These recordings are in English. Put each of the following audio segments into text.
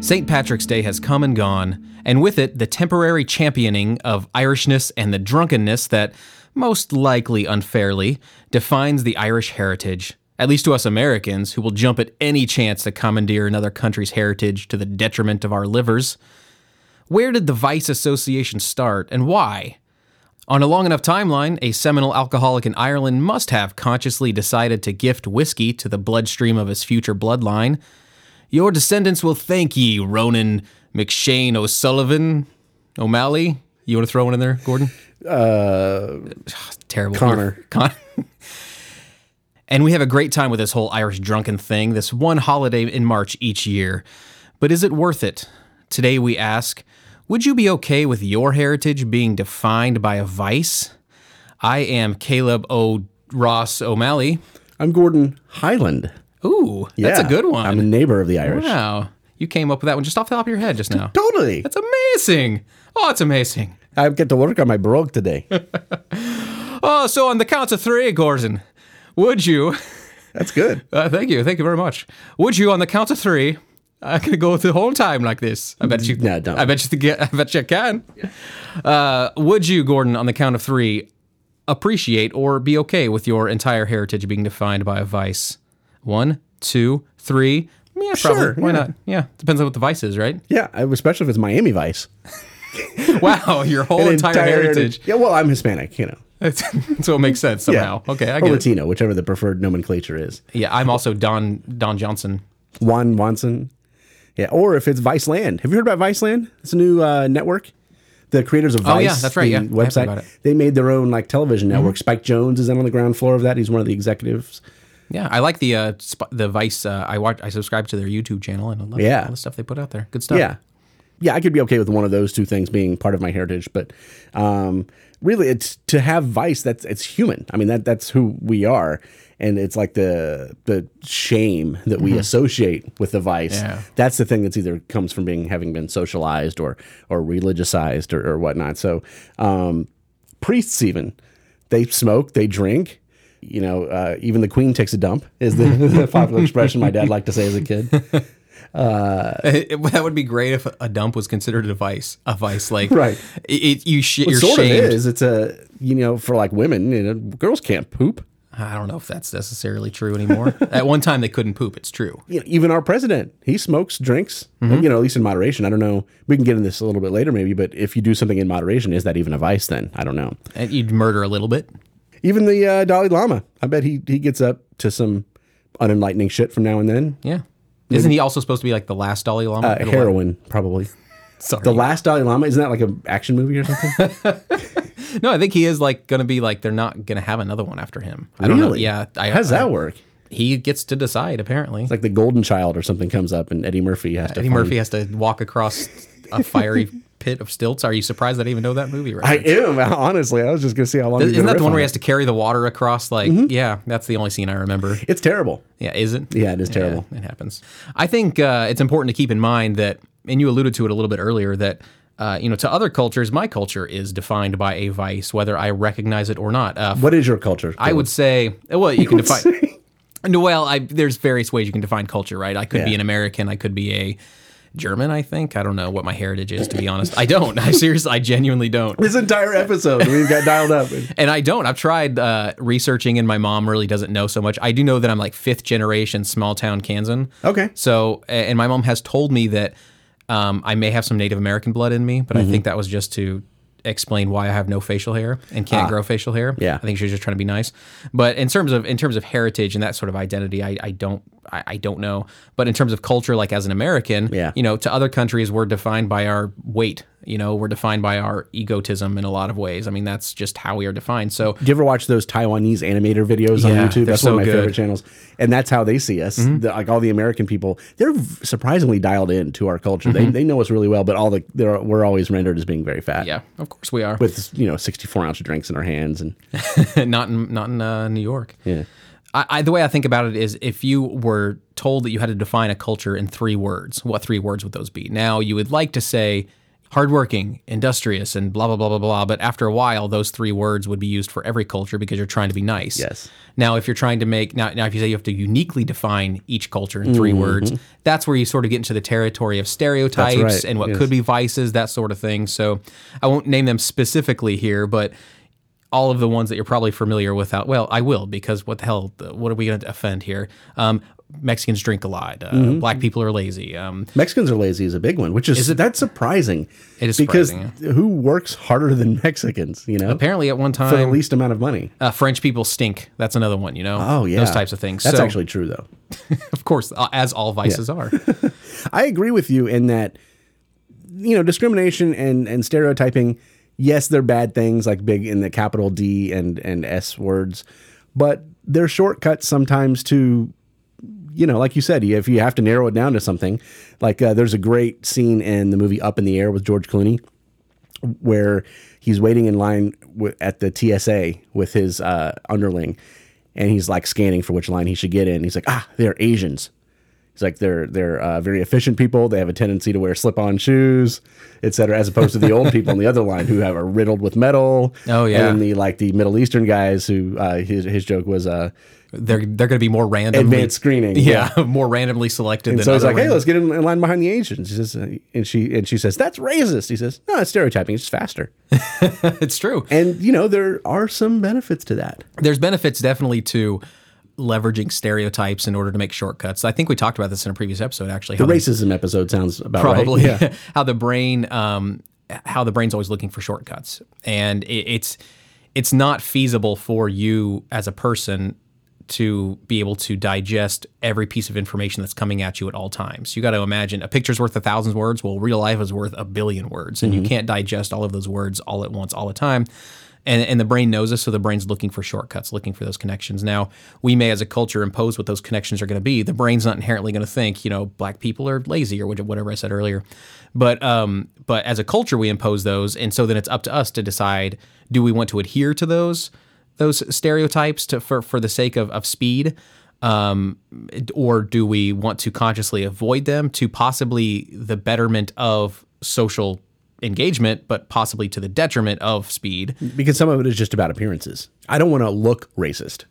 St. Patrick's Day has come and gone, and with it, the temporary championing of Irishness and the drunkenness that, most likely unfairly, defines the Irish heritage, at least to us Americans who will jump at any chance to commandeer another country's heritage to the detriment of our livers. Where did the vice association start, and why? On a long enough timeline, a seminal alcoholic in Ireland must have consciously decided to gift whiskey to the bloodstream of his future bloodline. Your descendants will thank ye, Ronan McShane O'Sullivan O'Malley. You want to throw one in there, Gordon? Uh, Terrible. Connor. Con- and we have a great time with this whole Irish drunken thing, this one holiday in March each year. But is it worth it? Today we ask Would you be okay with your heritage being defined by a vice? I am Caleb O. Ross O'Malley. I'm Gordon Highland. Ooh, that's a Yeah. good one. I'm a neighbor of the Irish. Wow. You came up with that one just off the top of your head just now. Totally. That's amazing. Oh, it's amazing. I get to work on my blog today. Oh, so on the count of three, Gordon, would you? That's good. Uh, thank you. Thank you very much. Would you, on the count of three, I can go the whole time like this? I bet you. No, don't. I bet you. think- I bet you can. Uh, would you, Gordon, on the count of three, appreciate or be okay with your entire heritage being defined by a vice? One, two, three. Yeah, probably. Sure, Why yeah. not? Yeah, depends on what the vice is, right? Yeah, I- especially if it's Miami Vice. Wow, your whole An Oh, entire, heritage. Yeah, well, I'm Hispanic, you know. so it makes sense Yeah. somehow. Okay, I or get it. Latino, whichever the preferred nomenclature is. Yeah, I'm also Don Don Johnson. Juan Wanson. Yeah, or if it's Vice Land. Have you heard about Vice Land? It's a new uh, network. The creators of Vice, Oh, yeah, that's right, the yeah. I have heard website, about it. Mm-hmm. they made their own like television network. Spike Jones is in on the ground floor of that. He's one of the executives. Yeah, I like the uh, sp- the Vice. Uh, I watch. I subscribe to their YouTube channel and I love Yeah. all the stuff they put out there. Good stuff. Yeah. Yeah, I could be okay with one of those two things being part of my heritage, but um, really, it's to have vice. That's it's human. I mean, that that's who we are, and it's like the the shame that we associate with the vice. Mm-hmm. Yeah. That's the thing that's either comes from being having been socialized or or religiousized or, or whatnot. So um, priests even they smoke, they drink. You know, uh, even the queen takes a dump is the, the popular expression my dad liked to say as a kid. that would be great if a dump was considered a vice. A vice, like Right. It, it- you sh- you're It sort shamed. of is. It's a you know for like women, you know, girls can't poop. I don't know if that's necessarily true anymore. At one time, they couldn't poop. It's true. You know, even our president, he smokes, drinks. Mm-hmm. You know, at least in moderation. I don't know. We can get into this a little bit later, maybe. But if you do something in moderation, is that even a vice? Then I don't know. And Uh, you'd murder a little bit. Even the uh, Dalai Lama, I bet he he gets up to some unenlightening shit from now and then. Yeah. Isn't he also supposed to be like the last Dalai Lama? Uh, heroin, probably. Sorry. The last Dalai Lama isn't that like an action movie or something? no, I think he is like going to be like they're not going to have another one after him. I don't know. Really? Yeah. I, How does I- that work? He gets to decide apparently. Like the Golden Child or something comes up, and Eddie Murphy has to. Eddie find- Murphy has to walk across a fiery pit of stilts. Are you surprised I didn't even know that movie? I Right? am honestly. I Mm-hmm. was just gonna see how long. he's Isn't gonna that the riff one on where he it. has to carry the water across? Like, yeah, that's the only scene I remember. It's terrible. Yeah, is it? Yeah, it is terrible. it happens. I think uh, it's important to keep in mind that, and you alluded to it a little bit earlier, that uh, you know, to other cultures, my culture is defined by a vice, whether I recognize it or not. Uh, What is your culture? I would say, well, you can define. No, Well, I, there's various ways you can define culture, right? I could be Yeah. an American. I could be a German. I think I don't know what my heritage is. To be honest, I don't. I seriously, I genuinely don't. This entire episode, we've got dialed up. And I don't. I've tried uh, researching, and my mom really doesn't know so much. I do know that I'm like fifth generation small town Kansan. Okay. So, a- and my mom has told me that um, I may have some Native American blood in me, Mm-hmm. but I think that was just to explain why I have no facial hair and can't grow facial hair. Ah. Yeah. I think she was just trying to be nice. But in terms of in terms of heritage and that sort of identity, I, I don't I, I don't know. But in terms of culture, like as an American, Yeah. you know, to other countries, we're defined by our weight. You know, we're defined by our egotism in a lot of ways. I mean, that's just how we are defined. So Do you ever watch those Taiwanese animator videos Yeah, on YouTube? they're That's so one of my good. favorite channels. And that's how they see us. The- like all the American people, they're v- surprisingly dialed in to our culture. They, they know us really well, but all the they're, we're always rendered as being very fat. yeah, of course we are. With you know sixty four ounce drinks in our hands and not in not in uh, New York. Yeah. I, I the way I think about it is if you were told that you had to define a culture in three words, what three words would those be? Now you would like to say hardworking, industrious, and blah, blah, blah, blah, blah. But after a while, those three words would be used for every culture because you're trying to be nice. Yes. Now, if you're trying to make, now, now if you say you have to uniquely define each culture in Mm-hmm. 3 words, that's where you sort of get into the territory of stereotypes right, and what yes. could be vices, that sort of thing. So I won't name them specifically here, but all of the ones that you're probably familiar with out well i will because what the hell what are we going to offend here um, mexicans drink a lot uh, Mm-hmm. black people are lazy um, Mexicans are lazy is a big one, which is, that's surprising. It is because surprising, who works harder than Mexicans? You know, apparently at one for the time least amount of money. uh, french people stink that's another one you know Oh yeah, those types of things That's so actually true though. of course uh, as all vices are I agree with you in that you know discrimination and and stereotyping. Yes, they're bad things like big in the capital D and and S words, but they're shortcuts sometimes to you know, like you said, if you have to narrow it down to something, like uh, there's a great scene in the movie Up in the Air with George Clooney where he's waiting in line w- at the TSA with his uh, underling, and he's like scanning for which line he should get in. He's like, ah, they're Asians. He's like, they're they're uh, very efficient people. They have a tendency to wear slip-on shoes, et cetera, as opposed to the old people on the other line who have are riddled with metal. Oh, yeah. and then the like the Middle Eastern guys who uh, his his joke was uh, they're they're going to be more randomly advanced screening. yeah, more randomly selected than So he's other like, "Hey, random- let's get in, in line behind the Asians." She says, uh, and she and she says, "That's racist." He says, "No, it's stereotyping. It's just faster." it's true And you know, there are some benefits to that. there's benefits definitely to leveraging stereotypes in order to make shortcuts. I think we talked about this in a previous episode actually. how the- Racism episode sounds about probably right. how the brain um, how the brain's always looking for shortcuts and it, it's it's not feasible for you as a person to be able to digest every piece of information that's coming at you at all times. You got to imagine a picture's worth a thousand words. Well, real life is worth a billion words, and Mm-hmm. you can't digest all of those words all at once, all the time. And, and the brain knows this, so the brain's looking for shortcuts, looking for those connections. Now, we may, as a culture, impose what those connections are going to be. The brain's not inherently going to think, you know, black people are lazy or which- whatever I said earlier. But um, but as a culture, we impose those, and so then it's up to us to decide: do we want to adhere to those those stereotypes to, for, for the sake of, of speed? Um, or do we want to consciously avoid them to possibly the betterment of social engagement, but possibly to the detriment of speed? Because some of it is just about appearances. I don't want to look racist.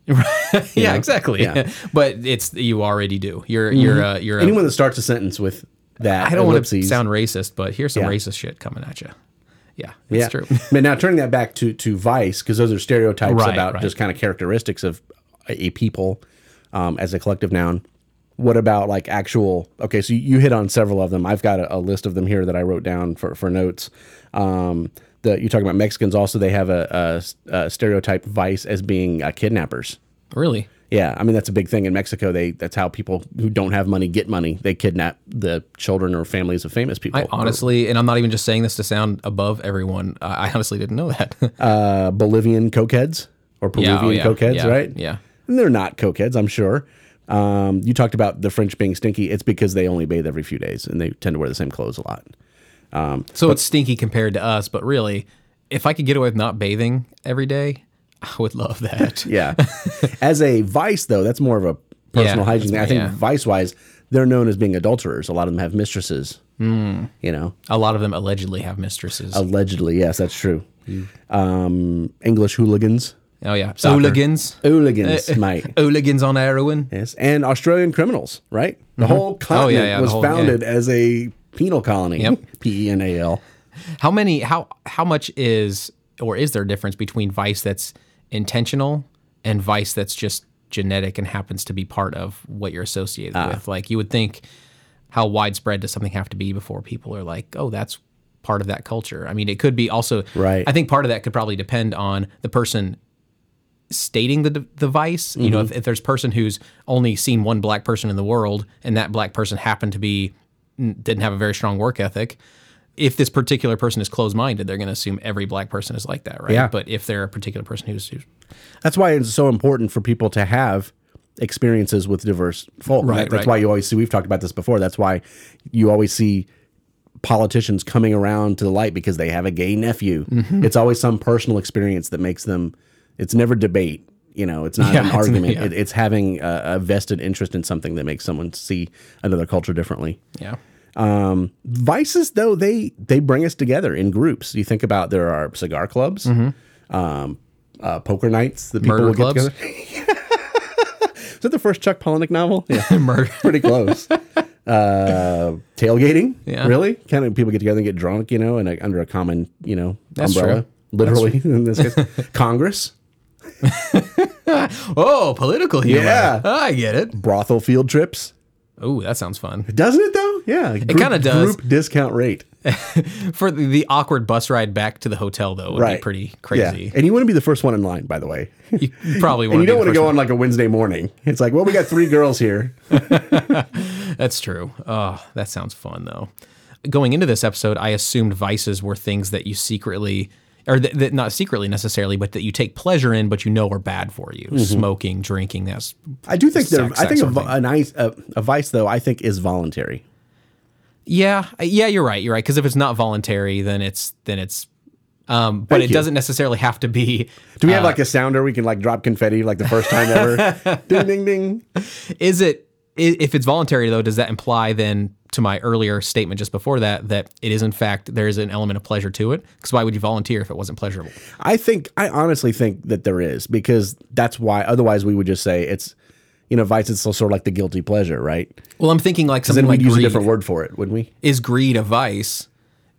yeah, exactly. but it's you already do. You're you're uh, you're. A, Anyone that starts a sentence with that, I don't want to ellipses- sound racist, but here's some Yeah. racist shit coming at you. Yeah, it's true. but now turning that back to to vice, because those are stereotypes Right, about right. just kind of characteristics of a a people um, as a collective noun. What about like actual? Okay, so you hit on several of them. I've got a, a list of them here that I wrote down for for notes. Um, the, you talk about Mexicans also; they have a, a, a stereotype vice as being uh, kidnappers. Really. Yeah, I mean that's a big thing in Mexico. They that's how people who don't have money get money. They kidnap the children or families of famous people. I honestly, and I'm not even just saying this to sound above everyone. I I honestly didn't know that. uh, Bolivian cokeheads or Peruvian oh, yeah, cokeheads, yeah, right? yeah. And they're not cokeheads, I'm sure. Um, you talked about the French being stinky. It's because they only bathe every few days and they tend to wear the same clothes a lot. so it's stinky compared to us, but really, if I could get away with not bathing every day, I would love that. Yeah. as a vice, though, that's more of a personal Yeah, hygiene thing. I that's- think yeah. vice wise, they're known as being adulterers. A lot of them have mistresses, Hmm. you know, A lot of them allegedly have mistresses. allegedly. Yes, that's true. Um, English hooligans. oh yeah, hooligans, Hooligans, Uh, mate. hooligans on heroin. Yes, and Australian criminals, right? The whole continent Mm-hmm. Oh, yeah, the was whole- founded as a penal colony. Yep. P E N A L. How many? How how much is or is there a difference between vice that's intentional and vice that's just genetic and happens to be part of what you're associated with? Like you would think, how widespread does something have to be before people are like, oh, that's part of that culture? I mean, it could be also. Right. I think part of that could probably depend on the person stating the d- the vice. You know, if, Mm-hmm. if there's a person who's only seen one black person in the world, and that black person happened to be n- didn't have a very strong work ethic. If this particular person is closed minded, they're going to assume every black person is like that, right? Yeah. But if they're a particular person who's, who's That's why it's so important for people to have experiences with diverse folk. Right, That- that's right. why you always see. We've talked about this before. That's why you always see politicians coming around to the light because they have a gay nephew. Mm-hmm. It's always some personal experience that makes them. It's never debate. You know, it's not Yeah, an it's- argument. yeah. It, it's having a, a vested interest in something that makes someone see another culture differently. yeah, Um, vices, though, they they bring us together in groups. You think about there are cigar clubs, um, uh, poker nights that people Mm-hmm. Murder will get clubs? together. Is that the first Chuck Palahniuk novel? Yeah, Murder. pretty close. uh, tailgating, Yeah. really, kind of people get together and get drunk, you know, and uh, under a common, you know, That's umbrella. true. Literally, in this case, Congress. Oh, political humor. Yeah. I get it. brothel field trips. Oh, that sounds fun. Doesn't it though? Yeah. It kinda does. Group discount rate. For the, the awkward bus ride back to the hotel, though, would Right. be pretty Yeah. crazy. And you want to be the first one in line, by the way. and You probably want you to don't want to go on like a Wednesday morning. It's like, well, we got three girls here. That's true. Oh, that sounds fun though. Going into this episode, I assumed vices were things that you secretly, or that, that not secretly necessarily, but that you take pleasure in, but you know are bad for you. Mm-hmm. Smoking, drinking. That's I do think that Sex, I that think a, sort of vi- a nice a, a vice though. I think is voluntary. yeah, yeah. You're right. You're right. Because if it's not voluntary, then it's then it's. Um, but it you. doesn't necessarily have to be. Do we Ah. have like a sounder we can like drop confetti like the first time ever? ding ding ding. Is it? i- If it's voluntary though, does that imply then to my earlier statement just before that that it is in fact there is an element of pleasure to it? Because why would you volunteer if it wasn't pleasurable? I think I honestly think that there is because that's why. Otherwise, we would just say it's you know vice is still sort of like the guilty pleasure, right? Well, I'm thinking like something Then we'd like use greed. a different word for it, wouldn't we? is greed a vice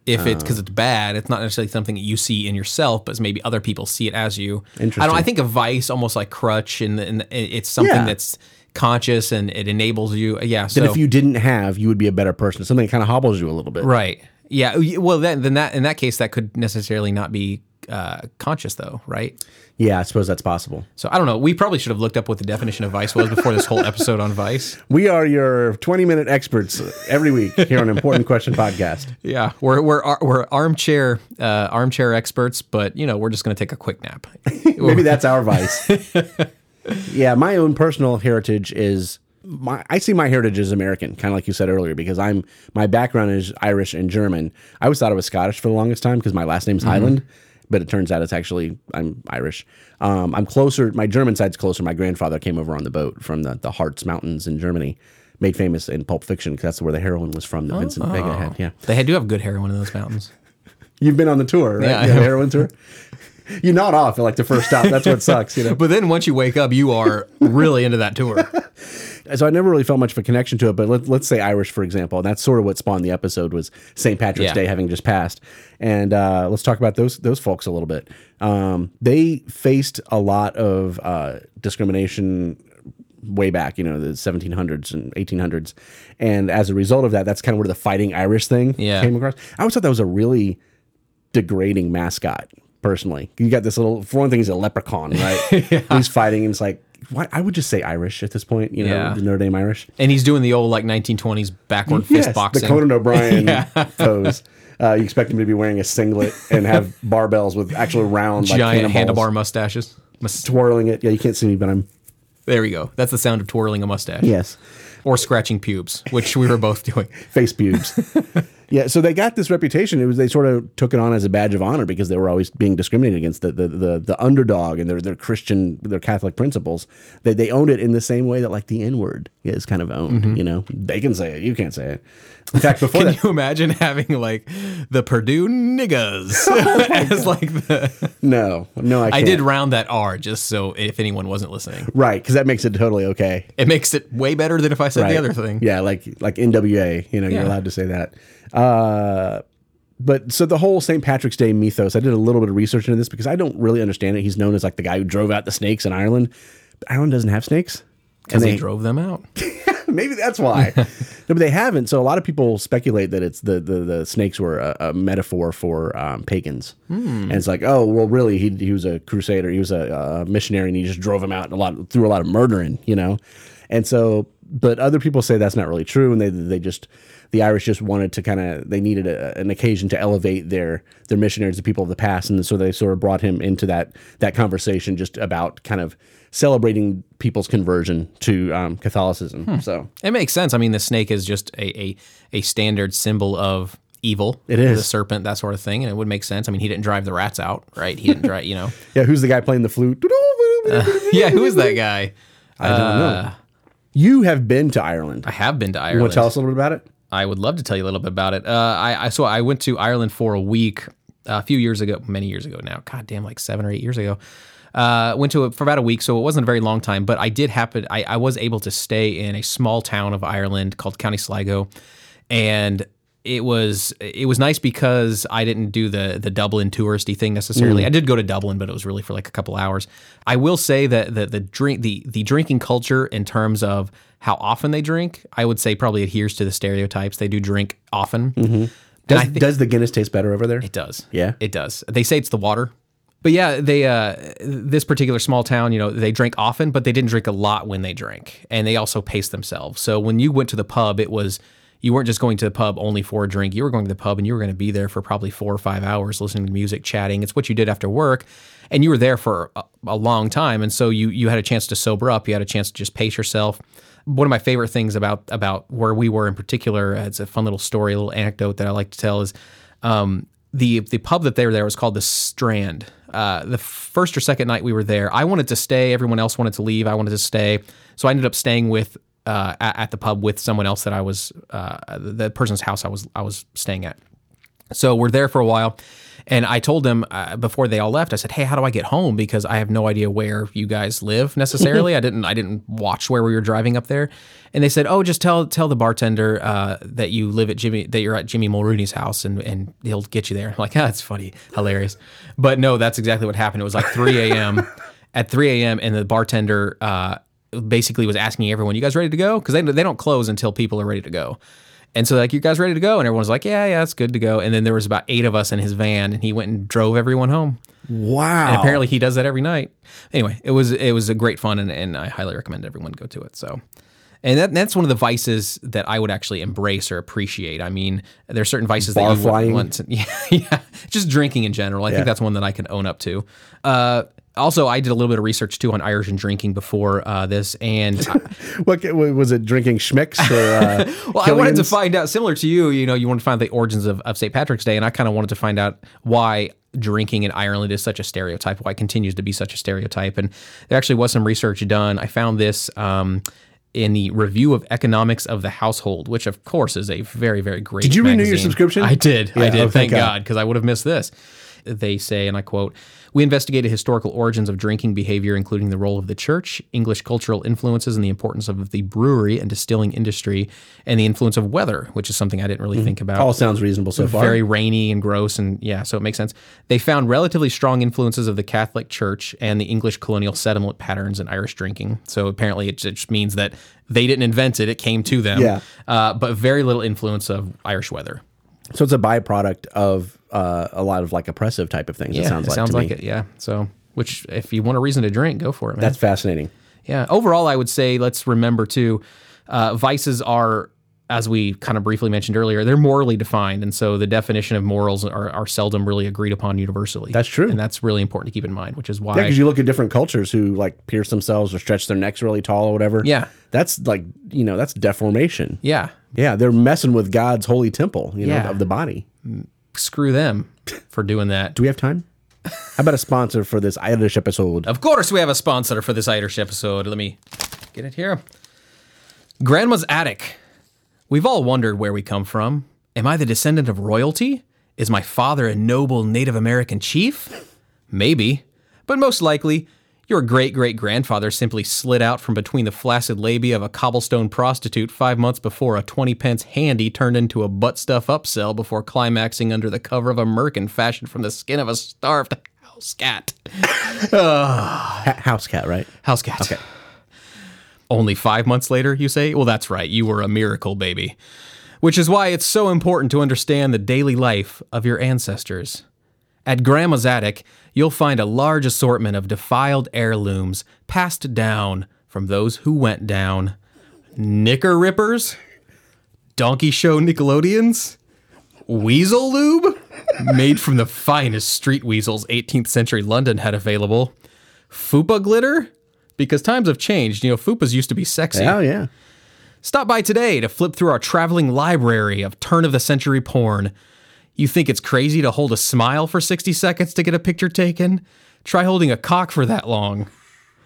if it's Oh. because it's bad it's not necessarily something that you see in yourself but maybe other people see it as you i don't i Interesting. think a vice almost like crutch and, and it's something Yeah. that's conscious and it enables you Uh, yeah so that if you didn't have, you would be a better person. Something that kind of hobbles you a little bit. right yeah y- well then, then that in that case that could necessarily not be uh, conscious though right Yeah, I suppose that's possible. so i don't know we probably should have looked up what the definition of vice was before this whole episode on vice We are your 20 minute experts every week here on Important Question Podcast. yeah we're we're ar- we're armchair uh, armchair experts but you know we're just going to take a quick nap Maybe that's our vice. yeah, my own personal heritage is my I see my heritage as American, kind of like you said earlier, because I'm my background is Irish and German. I always thought I was Scottish for the longest time because my last Mm-hmm. name's Highland, but it turns out it's actually I'm Irish. Um, I'm closer. My German side's closer. My grandfather came over on the boat from the the Harz Mountains in Germany, made famous in Pulp Fiction because that's where the heroin was from that Oh. Vincent Vega had. Yeah, They do have good heroin in those mountains. you've been on the tour, right? Yeah, I You have a have. heroin tour. You nod off at like the first stop. That's what sucks, you know. But then once you wake up, you are really into that tour. so I never really felt much of a connection to it. But let, let's say Irish, for example, and that's sort of what spawned the episode was St. Patrick's Yeah. Day having just passed, and uh, let's talk about those those folks a little bit. Um, they faced a lot of uh, discrimination way back, you know, the 1700s and 1800s, and as a result of that, that's kind of where the fighting Irish thing Yeah. came across. I always thought that was a really degrading mascot. Personally, you got this little. For one thing, he's a leprechaun, right? He's fighting, and it's like, why? I would just say Irish at this point. You know, Yeah. the Notre Dame Irish. And he's doing the old like 1920s backward fist boxing. the Conan O'Brien pose. Uh, you expect him to be wearing a singlet and have barbells with actual round like Giant handlebar handlebar mustaches. Mus- twirling it. Yeah, you can't see me, but I'm there we go. That's the sound of twirling a mustache yes, or scratching pubes, which we were both doing. face pubes. yeah, so they got this reputation. It was they sort of took it on as a badge of honor because they were always being discriminated against the the the, the underdog and their their Christian their Catholic principles. They they owned it in the same way that like the N word is kind of owned. You know, they can say it, you can't say it. In fact, before Mm-hmm. Can that, you imagine having like the Purdue niggas as like the? no, no, I, I can't. did round that R just so if anyone wasn't listening, right because that makes it totally okay. it makes it way better than if I said the Right. other thing. Yeah, like like NWA, you know, you're Yeah. allowed to say that. Uh, but so the whole St. Patrick's Day mythos, I did a little bit of research into this because I don't really understand it. He's known as like the guy who drove out the snakes in Ireland. But Ireland doesn't have snakes. Because And they drove them out. Maybe that's why. no, but they haven't. So a lot of people speculate that it's the the, the snakes were a, a metaphor for um, pagans, Hmm. and it's like, oh, well, really, he, he was a crusader, he was a, a missionary, and he just drove them out a lot through a lot of murdering, you know, and so. But other people say that's not really true, and they they just the Irish just wanted to kind of they needed a, an occasion to elevate their their missionaries, the people of the past, and so they sort of brought him into that that conversation just about kind of celebrating people's conversion to um, Catholicism. Hmm. So It makes sense. I mean, the snake is just a a, a standard symbol of evil. It is. the serpent, that sort of thing, and it would make sense. I mean, he didn't drive the rats out, right? He didn't drive, you know. yeah, who's the guy playing the flute? yeah, who is that guy? I don't know. You have been to Ireland. Uh, I have been to Want Ireland. to tell us a little bit about it? I would love to tell you a little bit about it. Uh, I, I so I went to Ireland for a week uh, a few years ago, many years ago now. God damn, like seven or eight years ago. Uh, went to it for about a week, so it wasn't a very long time. But I did happen. I, I was able to stay in a small town of Ireland called County Sligo, and it was it was nice because I didn't do the the Dublin touristy thing necessarily. I did go to Dublin, but it was really for like a couple hours. I will say that the the drink the the drinking culture in terms of how often they drink, I would say probably adheres to the stereotypes. They do drink often. And Does, I think does the Guinness taste better over there? it does. Yeah? it does. They say it's the water. But yeah, they uh, this particular small town, you know, they drank often, but they didn't drink a lot when they drank, and they also paced themselves. So when you went to the pub, it was you weren't just going to the pub only for a drink. You were going to the pub, and you were going to be there for probably four or five hours, listening to music, chatting. It's what you did after work, and you were there for a, a long time, and so you you had a chance to sober up. You had a chance to just pace yourself. One of my favorite things about about where we were in particular, it's a fun little story, a little anecdote that I like to tell is um, the the pub that they were there was called the Strand. Uh, the first or second night we were there, I wanted to stay. Everyone else wanted to leave. I wanted to stay, so I ended up staying with uh, at, at the pub with someone else that I was uh, the- the person's house I was I was staying at. So we're there for a while. And I told them uh, before they all left, I said, "Hey, how do I get home? Because I have no idea where you guys live necessarily. I didn't, I didn't watch where we were driving up there." And they said, "Oh, just tell tell the bartender uh, that you live at Jimmy, that you're at Jimmy Mulrooney's house, and and he'll get you there." I'm like, "Ah, that's funny, hilarious." But no, that's exactly what happened. It was like 3 a.m. at 3 a.m. and the bartender uh, basically was asking everyone, "You guys ready to go?" Because they they don't close until people are ready to go. And so like, you guys ready to go? And everyone's like, yeah, yeah, it's good to go. And then there was about eight of us in his van, and he went and drove everyone home. Wow. And apparently, he does that every night. Anyway, it was it was a great fun, and, and I highly recommend everyone go to it. So, and that, that's one of the vices that I would actually embrace or appreciate. I mean, there are certain vices Bar that you flying. wouldn't want to, yeah, yeah, just drinking in general. I think that's one that I can own up to. Uh, also, I did a little bit of research too on Irish and drinking before uh, this, and What, what was it? Drinking schmicks or uh, Well, I wanted to Killians? find out, similar to you, you know, you want to find out the origins of, of St. Patrick's Day, and I kind of wanted to find out why drinking in Ireland is such a stereotype, why it continues to be such a stereotype. And there actually was some research done. I found this um, in the Review of Economics of the Household, which, of course, is a very, very great Did you renew your subscription? I did. I Yeah, did. oh, thank, thank God. God. God, because I would have missed this. They say, and I quote, We investigated historical origins of drinking behavior, including the role of the church, English cultural influences, and the importance of the brewery and distilling industry, and the influence of weather, which is something I didn't really think about All sounds reasonable so far. very rainy and gross and yeah so it makes sense they found relatively strong influences of the catholic church and the english colonial settlement patterns in irish drinking so apparently it just means that they didn't invent it it came to them Yeah. uh, but very little influence of irish weather So it's a byproduct of uh, a lot of like oppressive type of things. it Yeah, sounds like sounds to like me. it yeah so which if you want a reason to drink go for it man That's fascinating. yeah. Overall, I would say let's remember too, uh, vices are, as we kind of briefly mentioned earlier, they're morally defined, and so the definition of morals are, are seldom really agreed upon universally. That's true. and that's really important to keep in mind, which is why. Yeah, because you look at different cultures who like pierce themselves or stretch their necks really tall or whatever. Yeah. That's like, you know, that's deformation. yeah, Yeah, they're messing with God's holy temple, you know, Yeah. of the body. screw them for doing that. Do we have time? How about a sponsor for this Irish episode? Of course, we have a sponsor for this Irish episode. Let me get it here. Grandma's Attic. We've all wondered where we come from. Am I the descendant of royalty? Is my father a noble Native American chief? Maybe. But most likely, your great great grandfather simply slid out from between the flaccid labia of a cobblestone prostitute five months before a 20 pence handy turned into a butt stuff upsell before climaxing under the cover of a merkin fashioned from the skin of a starved house cat. Ha- house cat, right? House cat. Only five months later, you say? Well, that's right. You were a miracle baby. Which is why it's so important to understand the daily life of your ancestors. At Grandma's Attic, you'll find a large assortment of defiled heirlooms passed down from those who went down. Knicker Rippers? Donkey Show Nickelodeons? Weasel Lube? Made from the finest street weasels 18th century London had available. Fupa glitter? Because times have changed. You know, Fupas used to be sexy. Oh, yeah. Stop by today to flip through our traveling library of turn of the century porn. You think it's crazy to hold a smile for 60 seconds to get a picture taken? Try holding a cock for that long.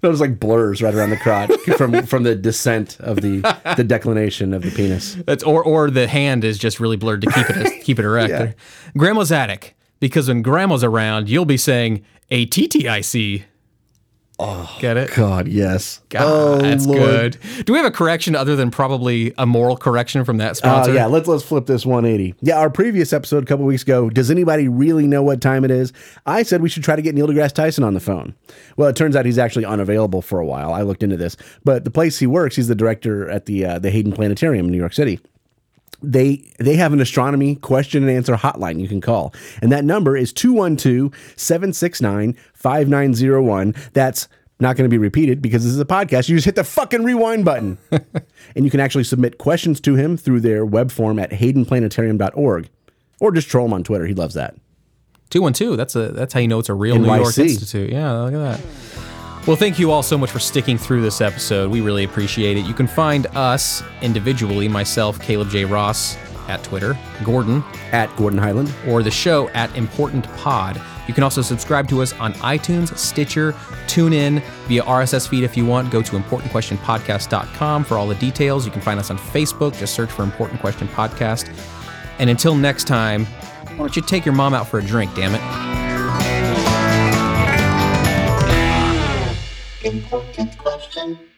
Those like blurs right around the crotch from from the descent of the the declination of the penis. That's or or the hand is just really blurred to keep it keep it erect. Yeah. Grandma's attic, because when grandma's around, you'll be saying a T T I C. Oh, get it? God, yes. Oh, God, that's good. Do we have a correction other than probably a moral correction from that Oh sponsor? yeah, let's let's flip this 180. Yeah, our previous episode a couple weeks ago. Does anybody really know what time it is? I said we should try to get Neil deGrasse Tyson on the phone. Well, it turns out he's actually unavailable for a while. I looked into this, but the place he works, he's the director at the uh, the Hayden Planetarium in New York City. they they have an astronomy question and answer hotline you can call and that number is 212-769-5901 that's not going to be repeated because this is a podcast you just hit the fucking rewind button and you can actually submit questions to him through their web form at haydenplanetarium.org or just troll him on twitter he loves that Two one two. That's a that's how you know it's a real New York NYC. institute. Yeah, look at that. Well, thank you all so much for sticking through this episode. We really appreciate it. You can find us individually, myself, Caleb J. Ross at Twitter, Gordon at gordon highland or the show at Important Pod. You can also subscribe to us on iTunes, Stitcher, TuneIn, via RSS feed if you want. Go to importantquestionpodcast.com for all the details. You can find us on Facebook. Just search for Important Question Podcast. And until next time, why don't you take your mom out for a drink, damn it? Important question.